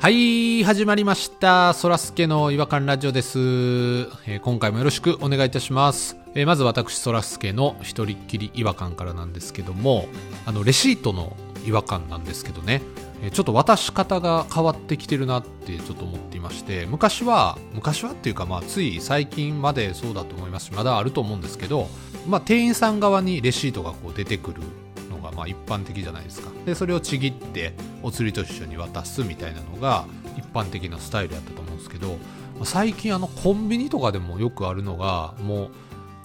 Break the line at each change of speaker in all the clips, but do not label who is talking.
はい、始まりました。そらすけの違和感ラジオです、えー今回もよろしくお願いいたします。えーまず私、そらすけの一人っきり違和感からなんですけども、あの、レシートの違和感なんですけどね、えーちょっと渡し方が変わってきてるなってちょっと思っていまして、昔は、昔はっていうか、まあ、つい最近までそうだと思いますし、まだあると思うんですけど、まあ、店員さん側にレシートがこう出てくるのがまあ一般的じゃないですかでそれをちぎってお釣りと一緒に渡すみたいなのが一般的なスタイルやったと思うんですけど最近あのコンビニとかでもよくあるのがもう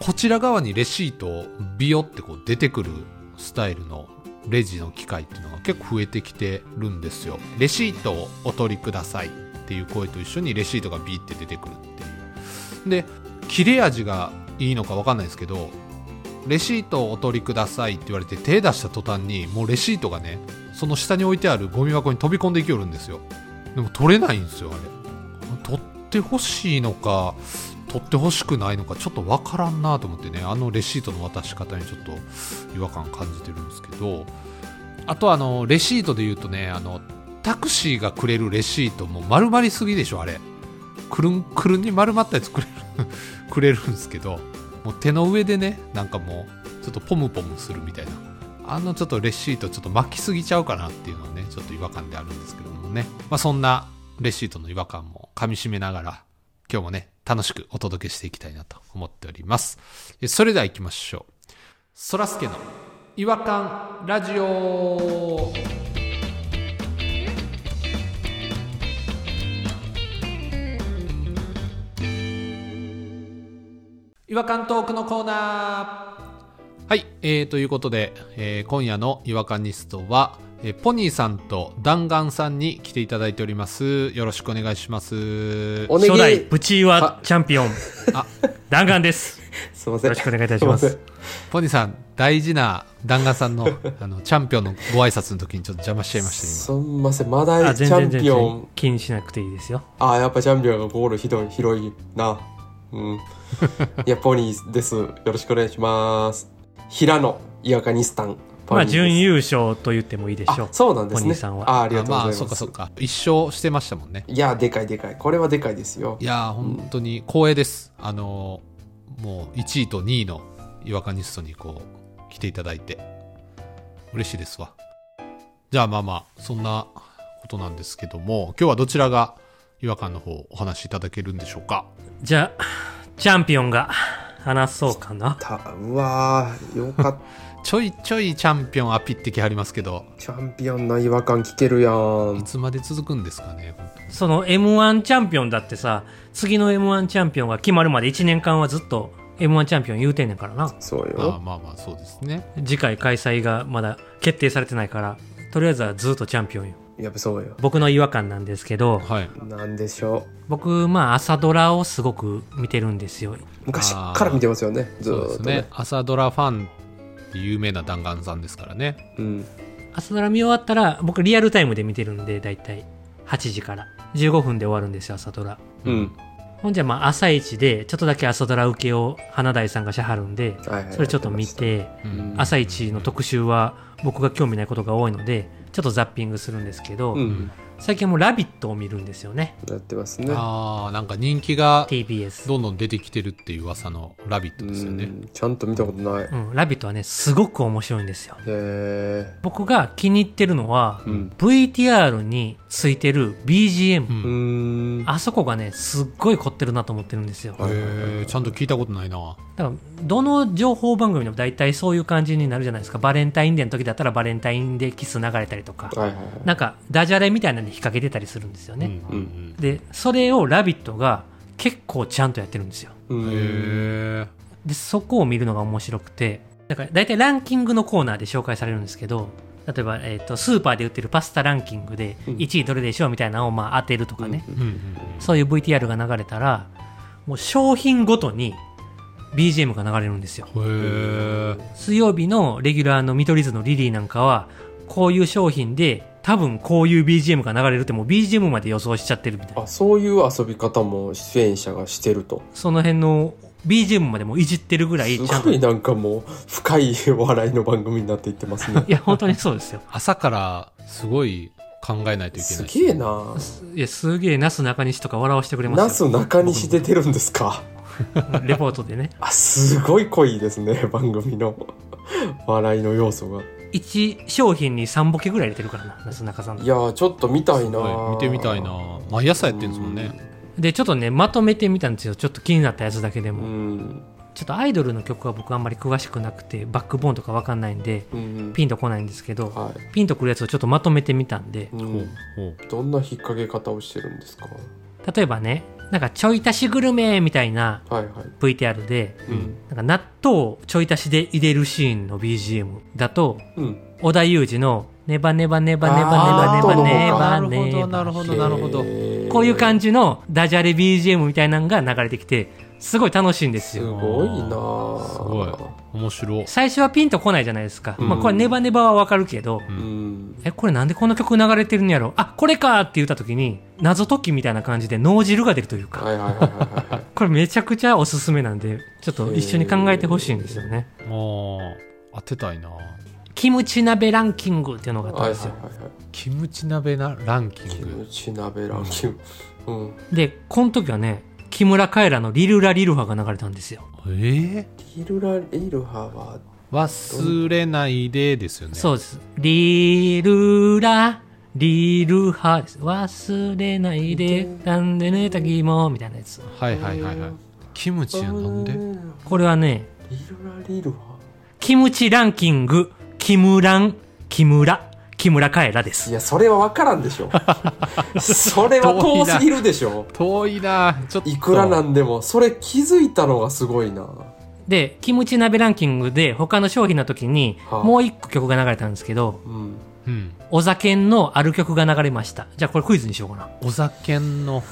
こちら側にレシートをビヨってこう出てくるスタイルのレジの機械っていうのが結構増えてきてるんですよレシートをお取りくださいっていう声と一緒にレシートがビーって出てくるっていうで切れ味がいいのか分かんないですけどレシートをお取りくださいって言われて手出した途端にもうレシートがねその下に置いてあるゴミ箱に飛び込んでいきよるんですよでも取れないんですよあれ取ってほしいのか取ってほしくないのかちょっと分からんなと思ってねあのレシートの渡し方にちょっと違和感感じてるんですけどあとあのレシートで言うとねあのタクシーがくれるレシートも丸まりすぎでしょあれくるんくるんに丸まったやつくれる くれるんですけどもう手の上でねなんかもうちょっとポムポムするみたいなあのちょっとレシートちょっと巻きすぎちゃうかなっていうのはねちょっと違和感であるんですけどもね、まあ、そんなレシートの違和感もかみしめながら今日もね楽しくお届けしていきたいなと思っておりますえそれでは行きましょうそらすけの違和感ラジオ違和感トークのコーナーはい、えー、ということで、えー今夜の違和感ニストは、えーポニーさんと弾丸さんに来ていただいておりますよろしくお願いします
おね
初代
ぎ
プチはチャンピオン
あ
弾丸です
すいません
よろしくお願いいたします
い
ポニーさん大事な弾丸さんのあのチャンピオンのご挨拶の時にちょっと邪魔しちゃいました
すんませんまだ
あ
チ
全
ャ
然
ン
全
ピオ
然
ン
気にしなくていいですよ
ああやっぱチャンピオンのゴールひどい広いなうん いやポニーですよろしくお願いします平野イワカニスタンポ
ま
ニーです
あ準優勝と言ってもいいでしょ
あそうなんです
ポニ
ね
ーさんは
あ
今
ありがとうござい
ま
ま
あ
す
そうかそうか一生してましたもんね
いやでかいでかいこれはでかいですよ
いやー本当に光栄ですあのーもう1位と2位の違和感ニストにこう来ていただいて嬉しいですわじゃあまあまあそんなことなんですけども今日はどちらが違和感の方お話しいただけるんでしょうか
じゃあチャンピオンが話そうかな
たうわーよかった
ちょいちょいチャンピオンアピってきはりますけど
チャンピオンの違和感聞けるや
い
ん
つまで続くんですかね本当に
その m 1チャンピオンだってさ次の m 1チャンピオンが決まるまで1年間はずっと m 1チャンピオン言うてんねんからな
そう
まあ
よ
まあまあそうですね
次回開催がまだ決定されてないからとりあえずはずっとチャンピオンよ
やっぱそうよ
僕の違和感なんですけど
はい
なんでしょ
僕まあ朝ドラをすごく見てるんですよ
う昔から見てますよねず
そう
ー
で
っ
す
と
ね
ね
朝ドラファンって有名な弾丸さんですからね
うん
朝ドラ見終わったら僕リアルタイムで見てるんで大体8時から15分で終わるんですよ朝ドラ
うん
ほんじゃまあ朝一でちょっとだけ朝ドラ受けを花大さんがしはるんで
はいはい
それちょっと見て
うん
朝一の特集は僕が興味ないことが多いのでちょっとザッピングするんですけど、
うん
最近はもう「ラビット!」を見るんですよね
やってますね
ああなんか人気が
TBS、
どんどん出てきてるっていう噂の「ラビット!」ですよ
う
ね。
んちゃんと見たことない。へ
うん、ラビットはねすごく面白いんですよ
え。
僕が気に入ってるのは、
うん。
VTR についてる BGM、
うん
うーん。
あそこがねすっごい凝ってるなと思ってるんですよ
はいはいはい
へえちゃんと聞いたことないな。
だからどの情報番組でも大体そういう感じになるじゃないですかバレンタインデーの時だったらバレンタインデーキス流れたりとか
はいはいはい。
なんかダジャレみたいなのに引っ掛けてたりするんですよ
うんう
ね、
ん
でそれを「ラビット!」が結構ちゃんとやってるんですよ
う
うん、へ
ん。
え
でそこを見るのが面白くてだから大体ランキングのコーナーで紹介されるんですけど例えば、えー、とスーパーで売ってるパスタランキングで
うん
1位どれでしょうみたいなのをまあ当てるとかね、
うんうん
そういう VTR が流れたらもう商品ごとに BGM が流れるんですよ
うんへえ
水曜日のレギュラーの見取り図のリリーなんかはこういう商品で多分こういう BGM が流れるってもう BGM まで予想しちゃってるみたいな
あ、そういう遊び方も出演者がしてると。
その辺の BGM までもいじってるぐらい
す
ちゃんと
ごい
い。
なんかもう 深い笑いの番組になっていってますね
や本当にそうですよ
朝からすごい考えないといけな
す
い
げえな
すいや、すげえ、ナス中西とか笑わしてくれ
ナ
ます
ス
よ。
中西で出るんですか
レポートでね。
あすごい濃いですね番組の笑いの要素が
1商品に3ボケぐらい入れてるからな、ナス中さん
い。やーちょっと見たいな
はい見てみたいな毎朝やってるんですもんね
で、ちょっとね、まとめてみたんですよ。ちょっと気になったやつだけで
う
も。
ん
ちょっとアイドルの曲は僕あんまり詳しくなくて、バックボーンとかわかんないんで、
うん
ピンとこないんですけど、
はい
ピンとくるやつをちょっとまとめてみたんで、
う
ほうんほう
どんな引っ掛け方をしてるんですか
例えばね、なんかちょい足しグルメみたいな
はいはい
VTR で、
うん
なんか納豆をちょい足しで入れるシーンの BGM だと、
うん
織田裕二のネバネバネバネ
あ
バ
ー
ネバネバネバ
なるほ
ネ
ど
バ
なるほど
ネ
なるほど
へー
こういう感じのダジャレ BGM みたいなのが流れてきて、すごい楽しいんです
す
よ。
ごいな
すごい面白い
最初はピンとこないじゃないですか。
うん
まあこれネバネバはわかるけど、
う
うん
え、これなんでこの曲流れてるんやろあ、これかって言った時に、謎解きみたいな感じで脳汁が出るというか、
はいはいはいはいはい
これめちゃくちゃおすすめなんで、ちょっと一緒に考えてほしいんですよね。
あー当てたいな
キムチ鍋ランキングっていうのがあった
は
ん
いはい
ですよ。
はいはい
キムチ鍋なランキン
キム
グ
チ鍋ランキングうん
で、この時はね、木村カエラのリルラリルハが流れたんですよ。
えー、
リルラリルハは
忘れないでですよね
そうです。リルラ、リルハです。忘れないで、なんで寝た気も、みたいなやつ。
はいはいはいはいキムチやなんで
これはね、
リルラリルハ
キムチランキング、キムラン、キムラ、キムラカエラで
い
す。
やそれは分からんで しょそれは遠すぎるでしょ
遠いなちょっと
いくらなんでもそれ気づいたのがすごいな
で、キムチ鍋ランキングで他の商品の時に、
はあ
もう一個曲が流れたんですけど、
うん
うん
お酒のある曲が流れました。じゃあこれクイズにしようかな。
お酒の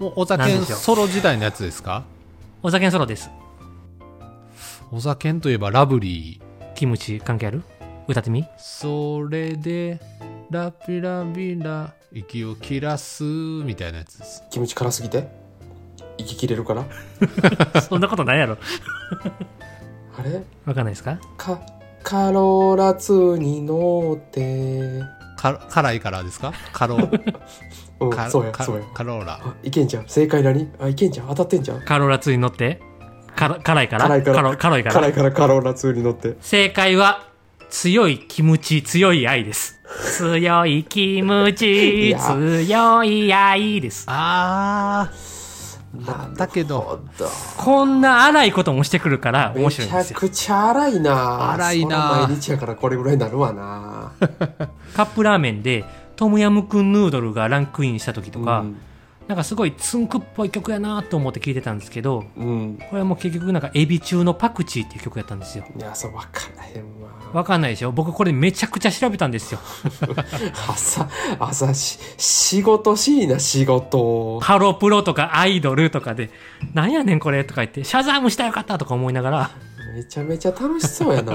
もうお
な
酒
んでしょう
ソロ時代のやつですか
お酒のソロです。
お酒といえばラブリー
キムチ関係ある歌ってみ
それでラピラビラ息を切らすみたいなやつです
キムチ辛すぎて息切れるから
そんなことないやろ。
あれ
わかんないですか
かカロラツに乗って
か辛いからですかカ ロ
うん
カ
そうや
カ
そうや
カローラ
あいけんじゃん正解何あいけんじゃん当たってんじゃん
カロラツに乗ってから辛いから
辛いから
カロ辛いから
辛いからカロラツに乗って
正解は、強いキムチ、強い愛です。強いキム
い
チ、
や
強い愛です。
あ
なん
だけど
こんな荒いこともしてくるから面
め
白い
ち
んで
ゃ
すよ。
くちゃ荒いな
荒いな
そら毎日やからこれぐらいになるわな
カップラーメンで、トムヤムクンヌードルがランクインした時とか、
うん
なんかすごいツンクっぽい曲やなと思って聞いてたんですけど、
うん
これはもう結局なんかエビ中のパクチーっていう曲やったんですよ。
いやそう分からへんわ
わかんないでしょ僕これめちゃくちゃ調べたんですよ。
朝、朝し、仕事しいな、仕事。
ハロプロとかアイドルとかで、なんやねんこれとか言って、シャザームしたらよかったとか思いながら、
めちゃめちゃ楽しそうやな。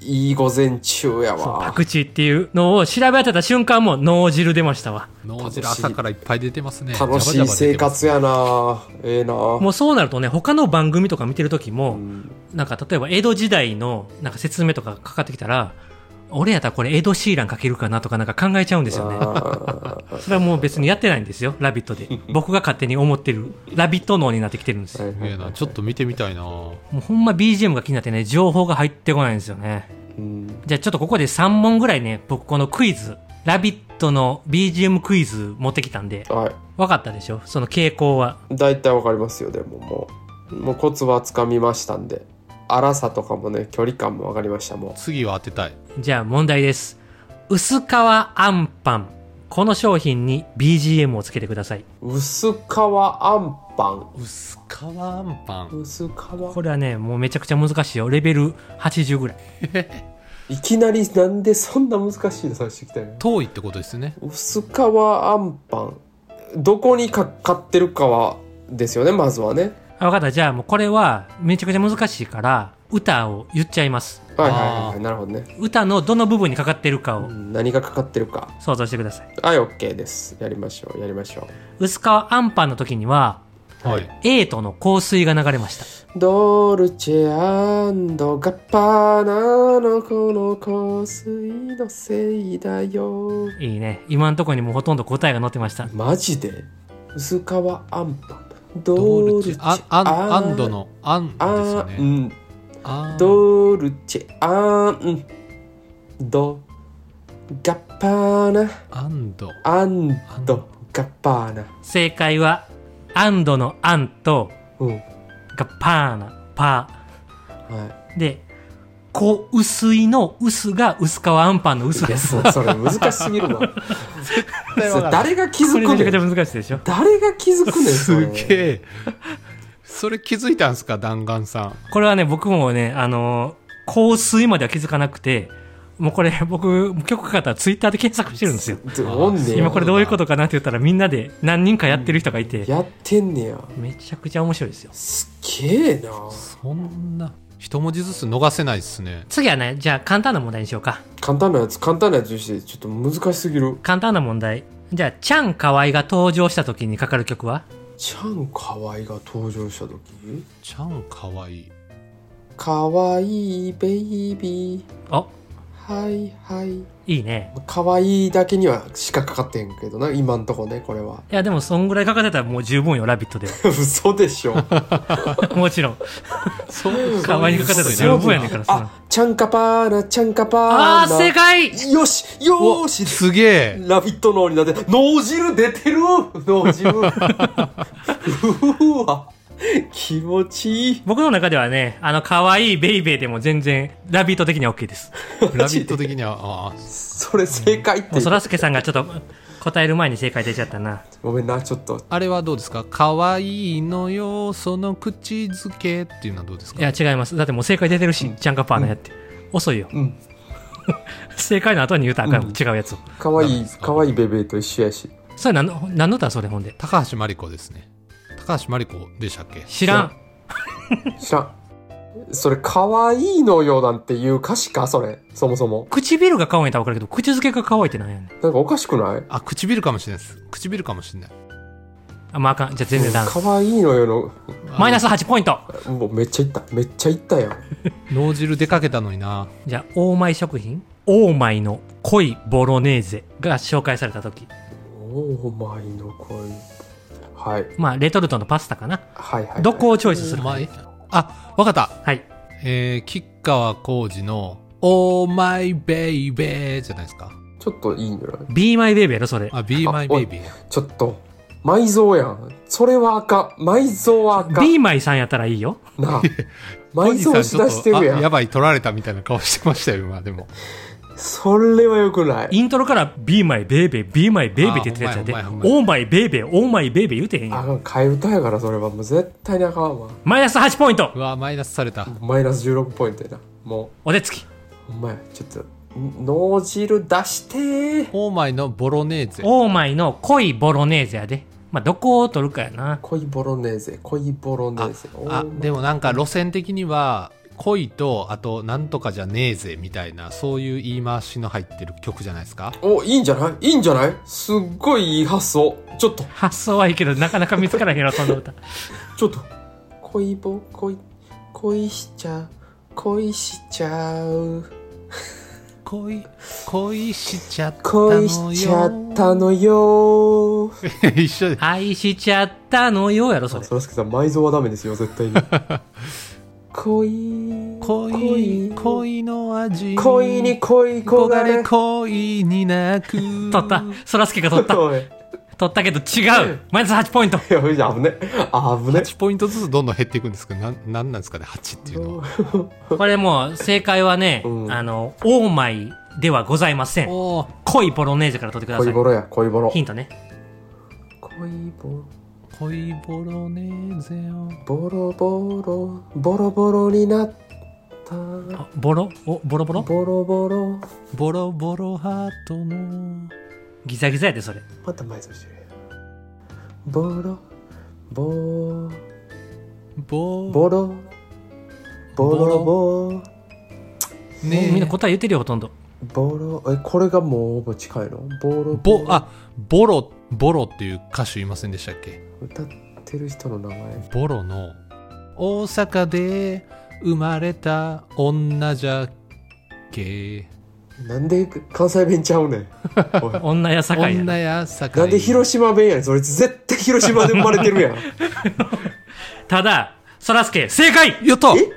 いいい午前中や
そうパ
わ。
クチーっていうのを調べ当てた瞬間もう脳汁出ましたわ。
ー脳汁朝からいっぱい出てますね
楽しい生活
や
やな。ええな。
もうそうなるとね、他の番組とか見てる時
う
も、
ん
なんか例えば江戸時代のなんか説明とかかかってきたら、俺やったらこれ江戸シーランかけるかなとかなんか考えちゃうんですよね。
あー
それはもう別にやってないんですよ、ラビットで。僕が勝手に思ってる、ラビット脳になってきてるんですよ。
いやなちょっと見てみたいな
もうほんま BGM が気になってね、情報が入ってこないんですよね。
うん
じゃあちょっとここで3問ぐらいね、僕このクイズ、ラビットの BGM クイズ持ってきたんで、
は
分かったでしょその傾向は。
い。だいたいわかりますよ、でももう。もうコツはつかみましたんで。粗さとかもね、距離感もわかりました、も
次は当てたい
じゃあ問題です。薄皮あんパン。この商品に BGM をつけてください。
う。薄皮あんパン。
薄皮あんパン
薄皮。
これはね、もうめちゃくちゃ難しいよ。レベル80ぐらい。
いきなりなんでそんな難しいのさしてきたよ。
遠いってことですね
薄皮あんパンどこにかかってるかはですよねまずはね
あ、分かった。じゃあもうこれはめちゃくちゃ難しいから、歌を言っちゃいます。
はいはいはい
あ
は
ー
いなるほどね
歌のどの部分にかかってるか
う
を
ん何がかかってるか
想像してください。
はい OK ですやりましょうやりましょ
薄皮あんパンの時には、
はい。
エイトの香水が流れました。
ドルチェガッパーナのこの香水のせいだよ
いいね。今のところにもうほとんど答えが載ってました。
マジで薄皮アンパン
ド
ド
ル
ル
チ
チ
ェ
ェ、
あ、あ、アンドの、アン
あ
ですよね。
ん
あー
ドルチェアンドガッパーナ
アンド。
アンドガッパーナ
正解は、アンドのアンと、
うんは
がパーな、パー。で、こう、薄いの薄が薄皮アンパンの薄
いい
で
や
す。
そそれ難しすぎるわそれ誰が気
こ
づ
れめ
く
ちゃくち
ね
ゃ
ん
難しいでしょ。
誰が気づくねんそ
す
れ
げえ。それ気づいたんすか、弾丸さん。
これはね、僕もね、あのー香水までは気づかなくて、もうこれ僕、曲かかったらツイッターで検索してるんですよ。
ずおんね
あー
や
今これどういうことかなって言ったらみんなで何人かやってる人がいて、
やってんねや
めちゃくちゃ面白いですよ。
すっげえな
そんな、一文字ずつ逃せないっすね。
次はね、じゃあ簡単な問題にしようか。
簡単なやつ簡単なやつにしてちょっと難しすぎる
簡単な問題。じゃあ、チャンカワイが登場した時にかかる曲は
ちゃんかわいが登場した時
ちゃんかわいい。
かわいいベイビー
お、
はいはい
いいね。
かわいいだけにはしかかかってへんけどな今んとこねこれは
いや、でもそんぐらいかかってたらもう十分よ、ラビットで
嘘でしょ
は。 もちろん。
そう
カワイにかかってたら十分やねんからさ。
あちゃんかぱーなちゃんかぱーな
あー、正解
よしよーし
すげ え。
ラビット脳になって、脳汁出てる脳汁。うーわ、気持ちいい。
僕の中ではね、あの、可愛いベイベーでも全然、ラビット的には OK です。
ラビット的には、ああ、
それ正解って
もう、そらすけさんがちょっと、答える前に正解出ちゃったな。
ごめんな、ちょっと。
あれはどうですか可愛いのよ、その口づけっていうのはどうですか
いや、違います。だってもう正解出てるし、チャンカパーナやって。遅いよ。
うん。
正解の後に言うたらあかんもん、
うん
違うやつを。
かわ
ダメ
い
で
い、
すか
かわいいベベーと一緒やし。
それ何の、何の歌それほんで。
高橋真理子ですね。高橋真理子でしたっけ
知らん。
知らん。それ、かわいいのよなんていう歌詞かそれ。そもそも。
唇が可愛いとは分かるけど、口づけが可愛いってなんやねん。
なんかおかしくない
あ、唇かもしれないです。唇かもしれない。
あ、まああかん。じゃあ全然ダメ
か。わいいのよ
マイナス8ポイント。
の、もうめっちゃいった。めっちゃいったやん。
脳汁出かけたのにな。
じゃあ、オーマイ食品オーマイの濃いボロネーゼが紹介された時。
お前の声。はい。
まあ、レトルトのパスタかな。
はいはい、はい。
どこをチョイスする
お
か、
前あ、わかった。
はい。
えー、吉川浩司の、オーマイベイベーじゃないですか。
ちょっといいんじゃない
Be My Baby やろ、それ。
あ、Be My
あおい
Baby。
ちょっと、埋蔵やん。それはあかん。埋蔵はあかん。
Be My さんやったらいいよ。
なあ。
浩
埋
司さ
蔵
ん
し
ちょ
だ
っ
して
と、あ
るやん。
やばい、取られたみたいな顔してましたよ、今、でも。
それはよくない。
イントロから Be My Baby, Be My Baby って言ってたやつやで。
あほんまやほ
Oh My Baby, Oh My Baby 言うてへんや
あ
ん。
かん、替え歌やからそれはもう絶対にあかんわ。
マイナス8ポイント
うわ、マイナスされた。
マイナス16ポイントやな。も
お手つき。
う、ほんまや。ちょっと、ん脳汁出してー。
オーマイのボロネーゼ。
オーマイの濃いボロネーゼやで。まあ、どこを取るかやな。
恋ボロネーゼ、恋ボロネーゼ。お
あ
ー
でもなんか路線的には恋とあとなんとかじゃねえぜみたいなそういう言い回しの入ってる曲じゃないですか
お、いいんじゃないいいんじゃないすっごいいい発想。ちょっと、
発想はいいけど、なかなか見つからへんやろ、そんな歌。
ちょっと。恋ぼ、恋、恋しちゃう、恋しちゃう。
恋恋しちゃったのよ
恋し
一
ちゃったのよ
緒で
愛しちゃったのよやろ、それ。
そらすけさん埋蔵はダメですよ絶対に恋
恋恋の味
恋に恋焦
焦
が
が
れ
れ恋に泣く
取った。そらすけが取った。
おい
取ったけど違う。マイナス8ポイン ト。
いやじゃあ危ねあ危ね
8ポイントずつどんどん減っていくんですけどなんなんなんですかね8っていうのは
これもう、正解はね、
うん
あの、オーマイではございません。
おー
濃いボロネーゼから取ってくださ
恋
い
ボ。ロや恋ボロ
ヒントね。
恋ボロ
恋ボロネーゼを
ボロボロボロボロになった
あボロお、ボロボロ
ボロボロ
ボロボロハートの
ギザギザやで、それ。
また埋蔵してるやんボロボ
ボ
ボロボロボロ
ね
もうみんな答え言ってるよ、ほとんど。
ボロえこれがもうほぼ近いのボロ
ボあボロボロっていう歌手いませんでしたっけ
歌っってる人の名前
ボロの大阪で生まれた女じゃけ
なんで関西弁ちゃうねんおい
女や酒井や
女
な
や酒井
なんで広島弁やねんそれ絶対広島で生まれてるや ん
ただそらすけ正解
よっと
え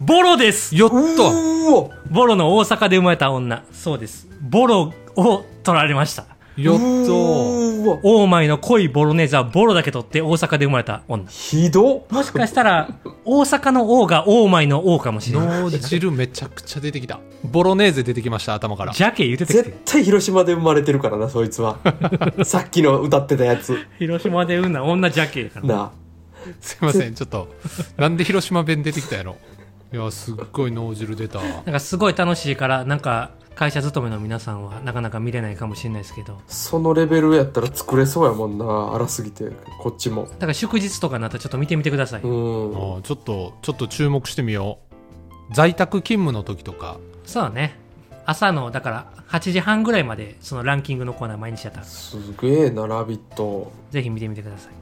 ボロです
よっと
うお
ボロの大阪で生まれた女そうですボロを取られました
よっと
うわ
オーマイの濃いボロネーザはボロだけ取って大阪で生まれた女
ひど
もしかしたら大阪の王がオーマイの王かもしれない
脳汁めちゃくちゃ出てきたボロネーゼ出てきました頭から
ジャケ言っててき
絶
て
対広島で生まれてるからなそい つはさっきの歌ってたやつ
広島で産んだ女ジャケやから
なあ
すいませんちょっとなんで広島弁出てきたやろいやすっごい脳汁出た
なんかすごい楽しいからなんか会社勤めの皆さんはなかなか見れないかもしれないですけど
そのレベルやったら作れそうやもんな荒すぎてこっちも
だから祝日とかになったらちょっと見てみてください、
うん
ああちょっとちょっと注目してみよう在宅勤務の時とか
そうね朝のだから8時半ぐらいまでそのランキングのコーナー毎日やったから
すげえな「ラビット!
ぜひ見てみてください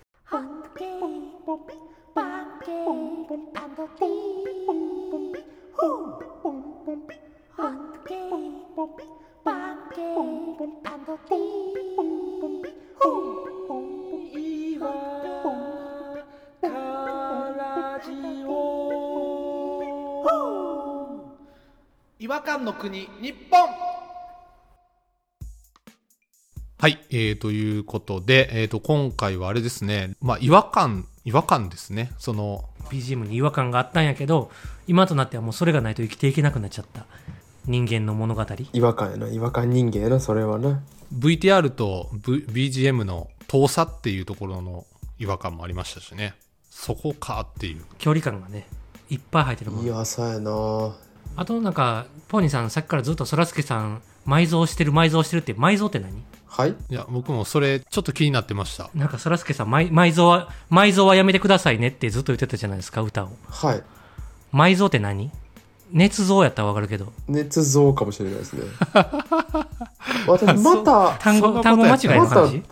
Hunky,
違和感の国日本
はい、えー、ということで、えー、と今回はあれですねまあ違和感違和感ですねその
BGM に違和感があったんやけど今となってはもうそれがないと生きていけなくなっちゃった人間の物語
違和感やな違和感人間やなそれはな
VTR と、v、BGM の遠さっていうところの違和感もありましたしねそこかっていう
距離感がねいっぱい入ってるもん
いやさやな
あとなんかポニーさんさっきからずっとそらすけさん埋蔵してる埋蔵してるって埋蔵って何
はい
いや僕もそれちょっと気になってました
なんかそらすけさん埋埋蔵は埋蔵はやめてくださいねってずっと言ってたじゃないですか歌を
はい
埋蔵って何捏造やったらわかるけど
捏造かもしれないですね私また
単
そんなことやっ
語単
た
語間違いの話い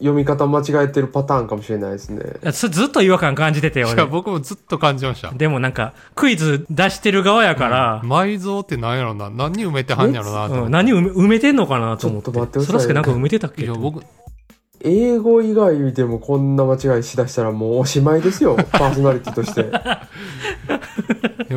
読み方間違えてるパターンかもしれないですね
やそずっと違和感感じてて
いや
俺
僕もずっと感じました
でもなんかクイズ出してる側やから、
埋蔵って何やろな何に埋めてはんやろなと
うん
思って
何埋め埋めてんのかなと思って
ちょっと待ってください
そらすけなんか埋めてたっけ
いや僕
英語以外でもこんな間違いしだしたらもうおしまいですよパーソナリティとして
いや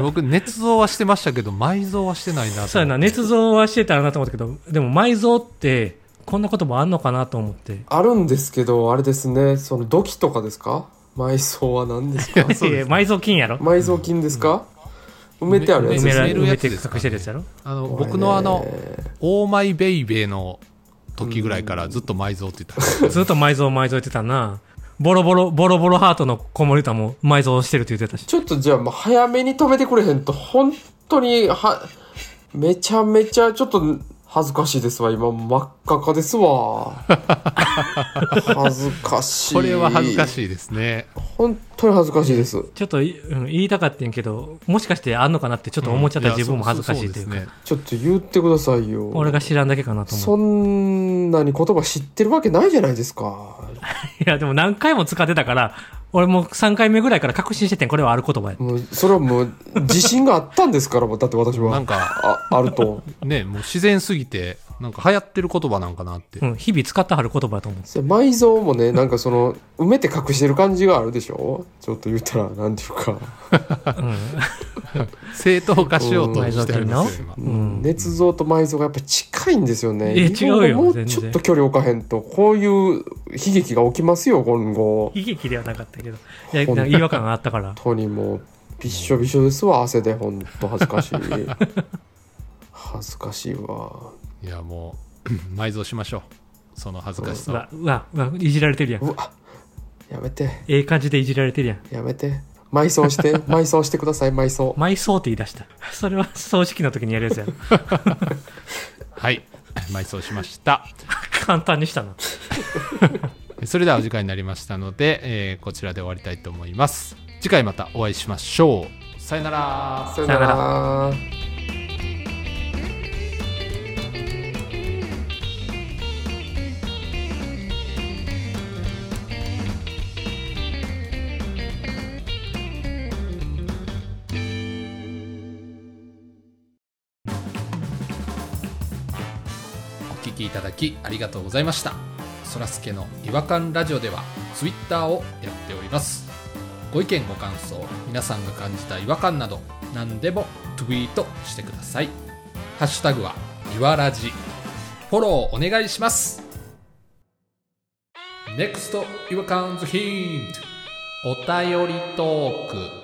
僕捏造はしてましたけど埋蔵はしてないなと思って
そうやな捏造はしてたらなと思ったけどでも埋蔵ってこんなこともあんのかなと思って
あるんですけどあれですねその土器とかですか埋葬は何ですか
そう です
いや埋蔵金やろ
埋蔵金ですか、埋めてあるや
埋
つ
埋
で
め
す
ら
埋
ね
め
埋
るや
め
つ
て
で
隠
すか
してるやつやろ
あの
これね
僕のあの「オーマイ・ベイベー」の時ぐらいからずっと埋蔵って言って
ずっと埋蔵埋蔵言ってたなボロボロボロボロハートの子守歌も埋蔵してるって言ってたし
ちょっとじゃあもう早めに止めてくれへんと本当にはめちゃめちゃちょっと恥ずかしいですわ今真っ赤かです わ恥ずかしい
たこれは恥ずか
い
しいですね
本当に恥ずかしいです
ちょっとい、うん、言いたかったんやけどもしかしてあんのかなってちょっと思っちゃった自分も恥ずかしいというか、
やそそそですね
ちょっと言ってくださいよ
俺が知らんだけかなと思。
そうんなに言葉知ってるわけないじゃないですか
いや、でも何回も使ってたから、俺も3回目ぐらいから確信しててん、これはある言葉や。
もうそれはもう自信があったんですからもうだって私
な
は
んか
ああると
ねもう自然すぎてなんか流行ってる言葉なんかなって、
うん、日々使ってはる言葉やと思う。
それ埋蔵もねなんかその埋めて隠してる感じがあるでしょちょっと言ったらなんていうか、
正当化しようとしてありますよ今
うん
捏造と埋蔵がやっぱ近いんですよね
いや
日本語
違うよ
もう
全然
ちょっと距離置かへんとこういう悲劇が起きますよ今後
悲劇ではなかったけど。いや、なんか違和感があったから。
本当にもうびっしょびしょですわ汗でほんと恥ずかし い恥ずかしいわ
いやもう 埋蔵しましょうその恥ずかし
う
さ
わ、うわ、うわ、いじられてるやん。
うわやめて
ええ感じでいじられてるやん。
やめて埋葬して埋葬してください埋葬
埋葬って言い出した。それは葬式の時にやるやつやろ。
はい 埋蔵しました
簡単にしたな。
それではお時間になりましたので、えーこちらで終わりたいと思います次回またお会いしましょうさよなら
さよな
さよ
ら
「
聞きいただきありがとうございましたそらすけの違和感ラジオではツイッターをやっておりますご意見ご感想皆さんが感じた違和感など何でもツイートしてくださいハッシュタグはいわらじフォローお願いします NEXT 違和感ズヒントお便りトーク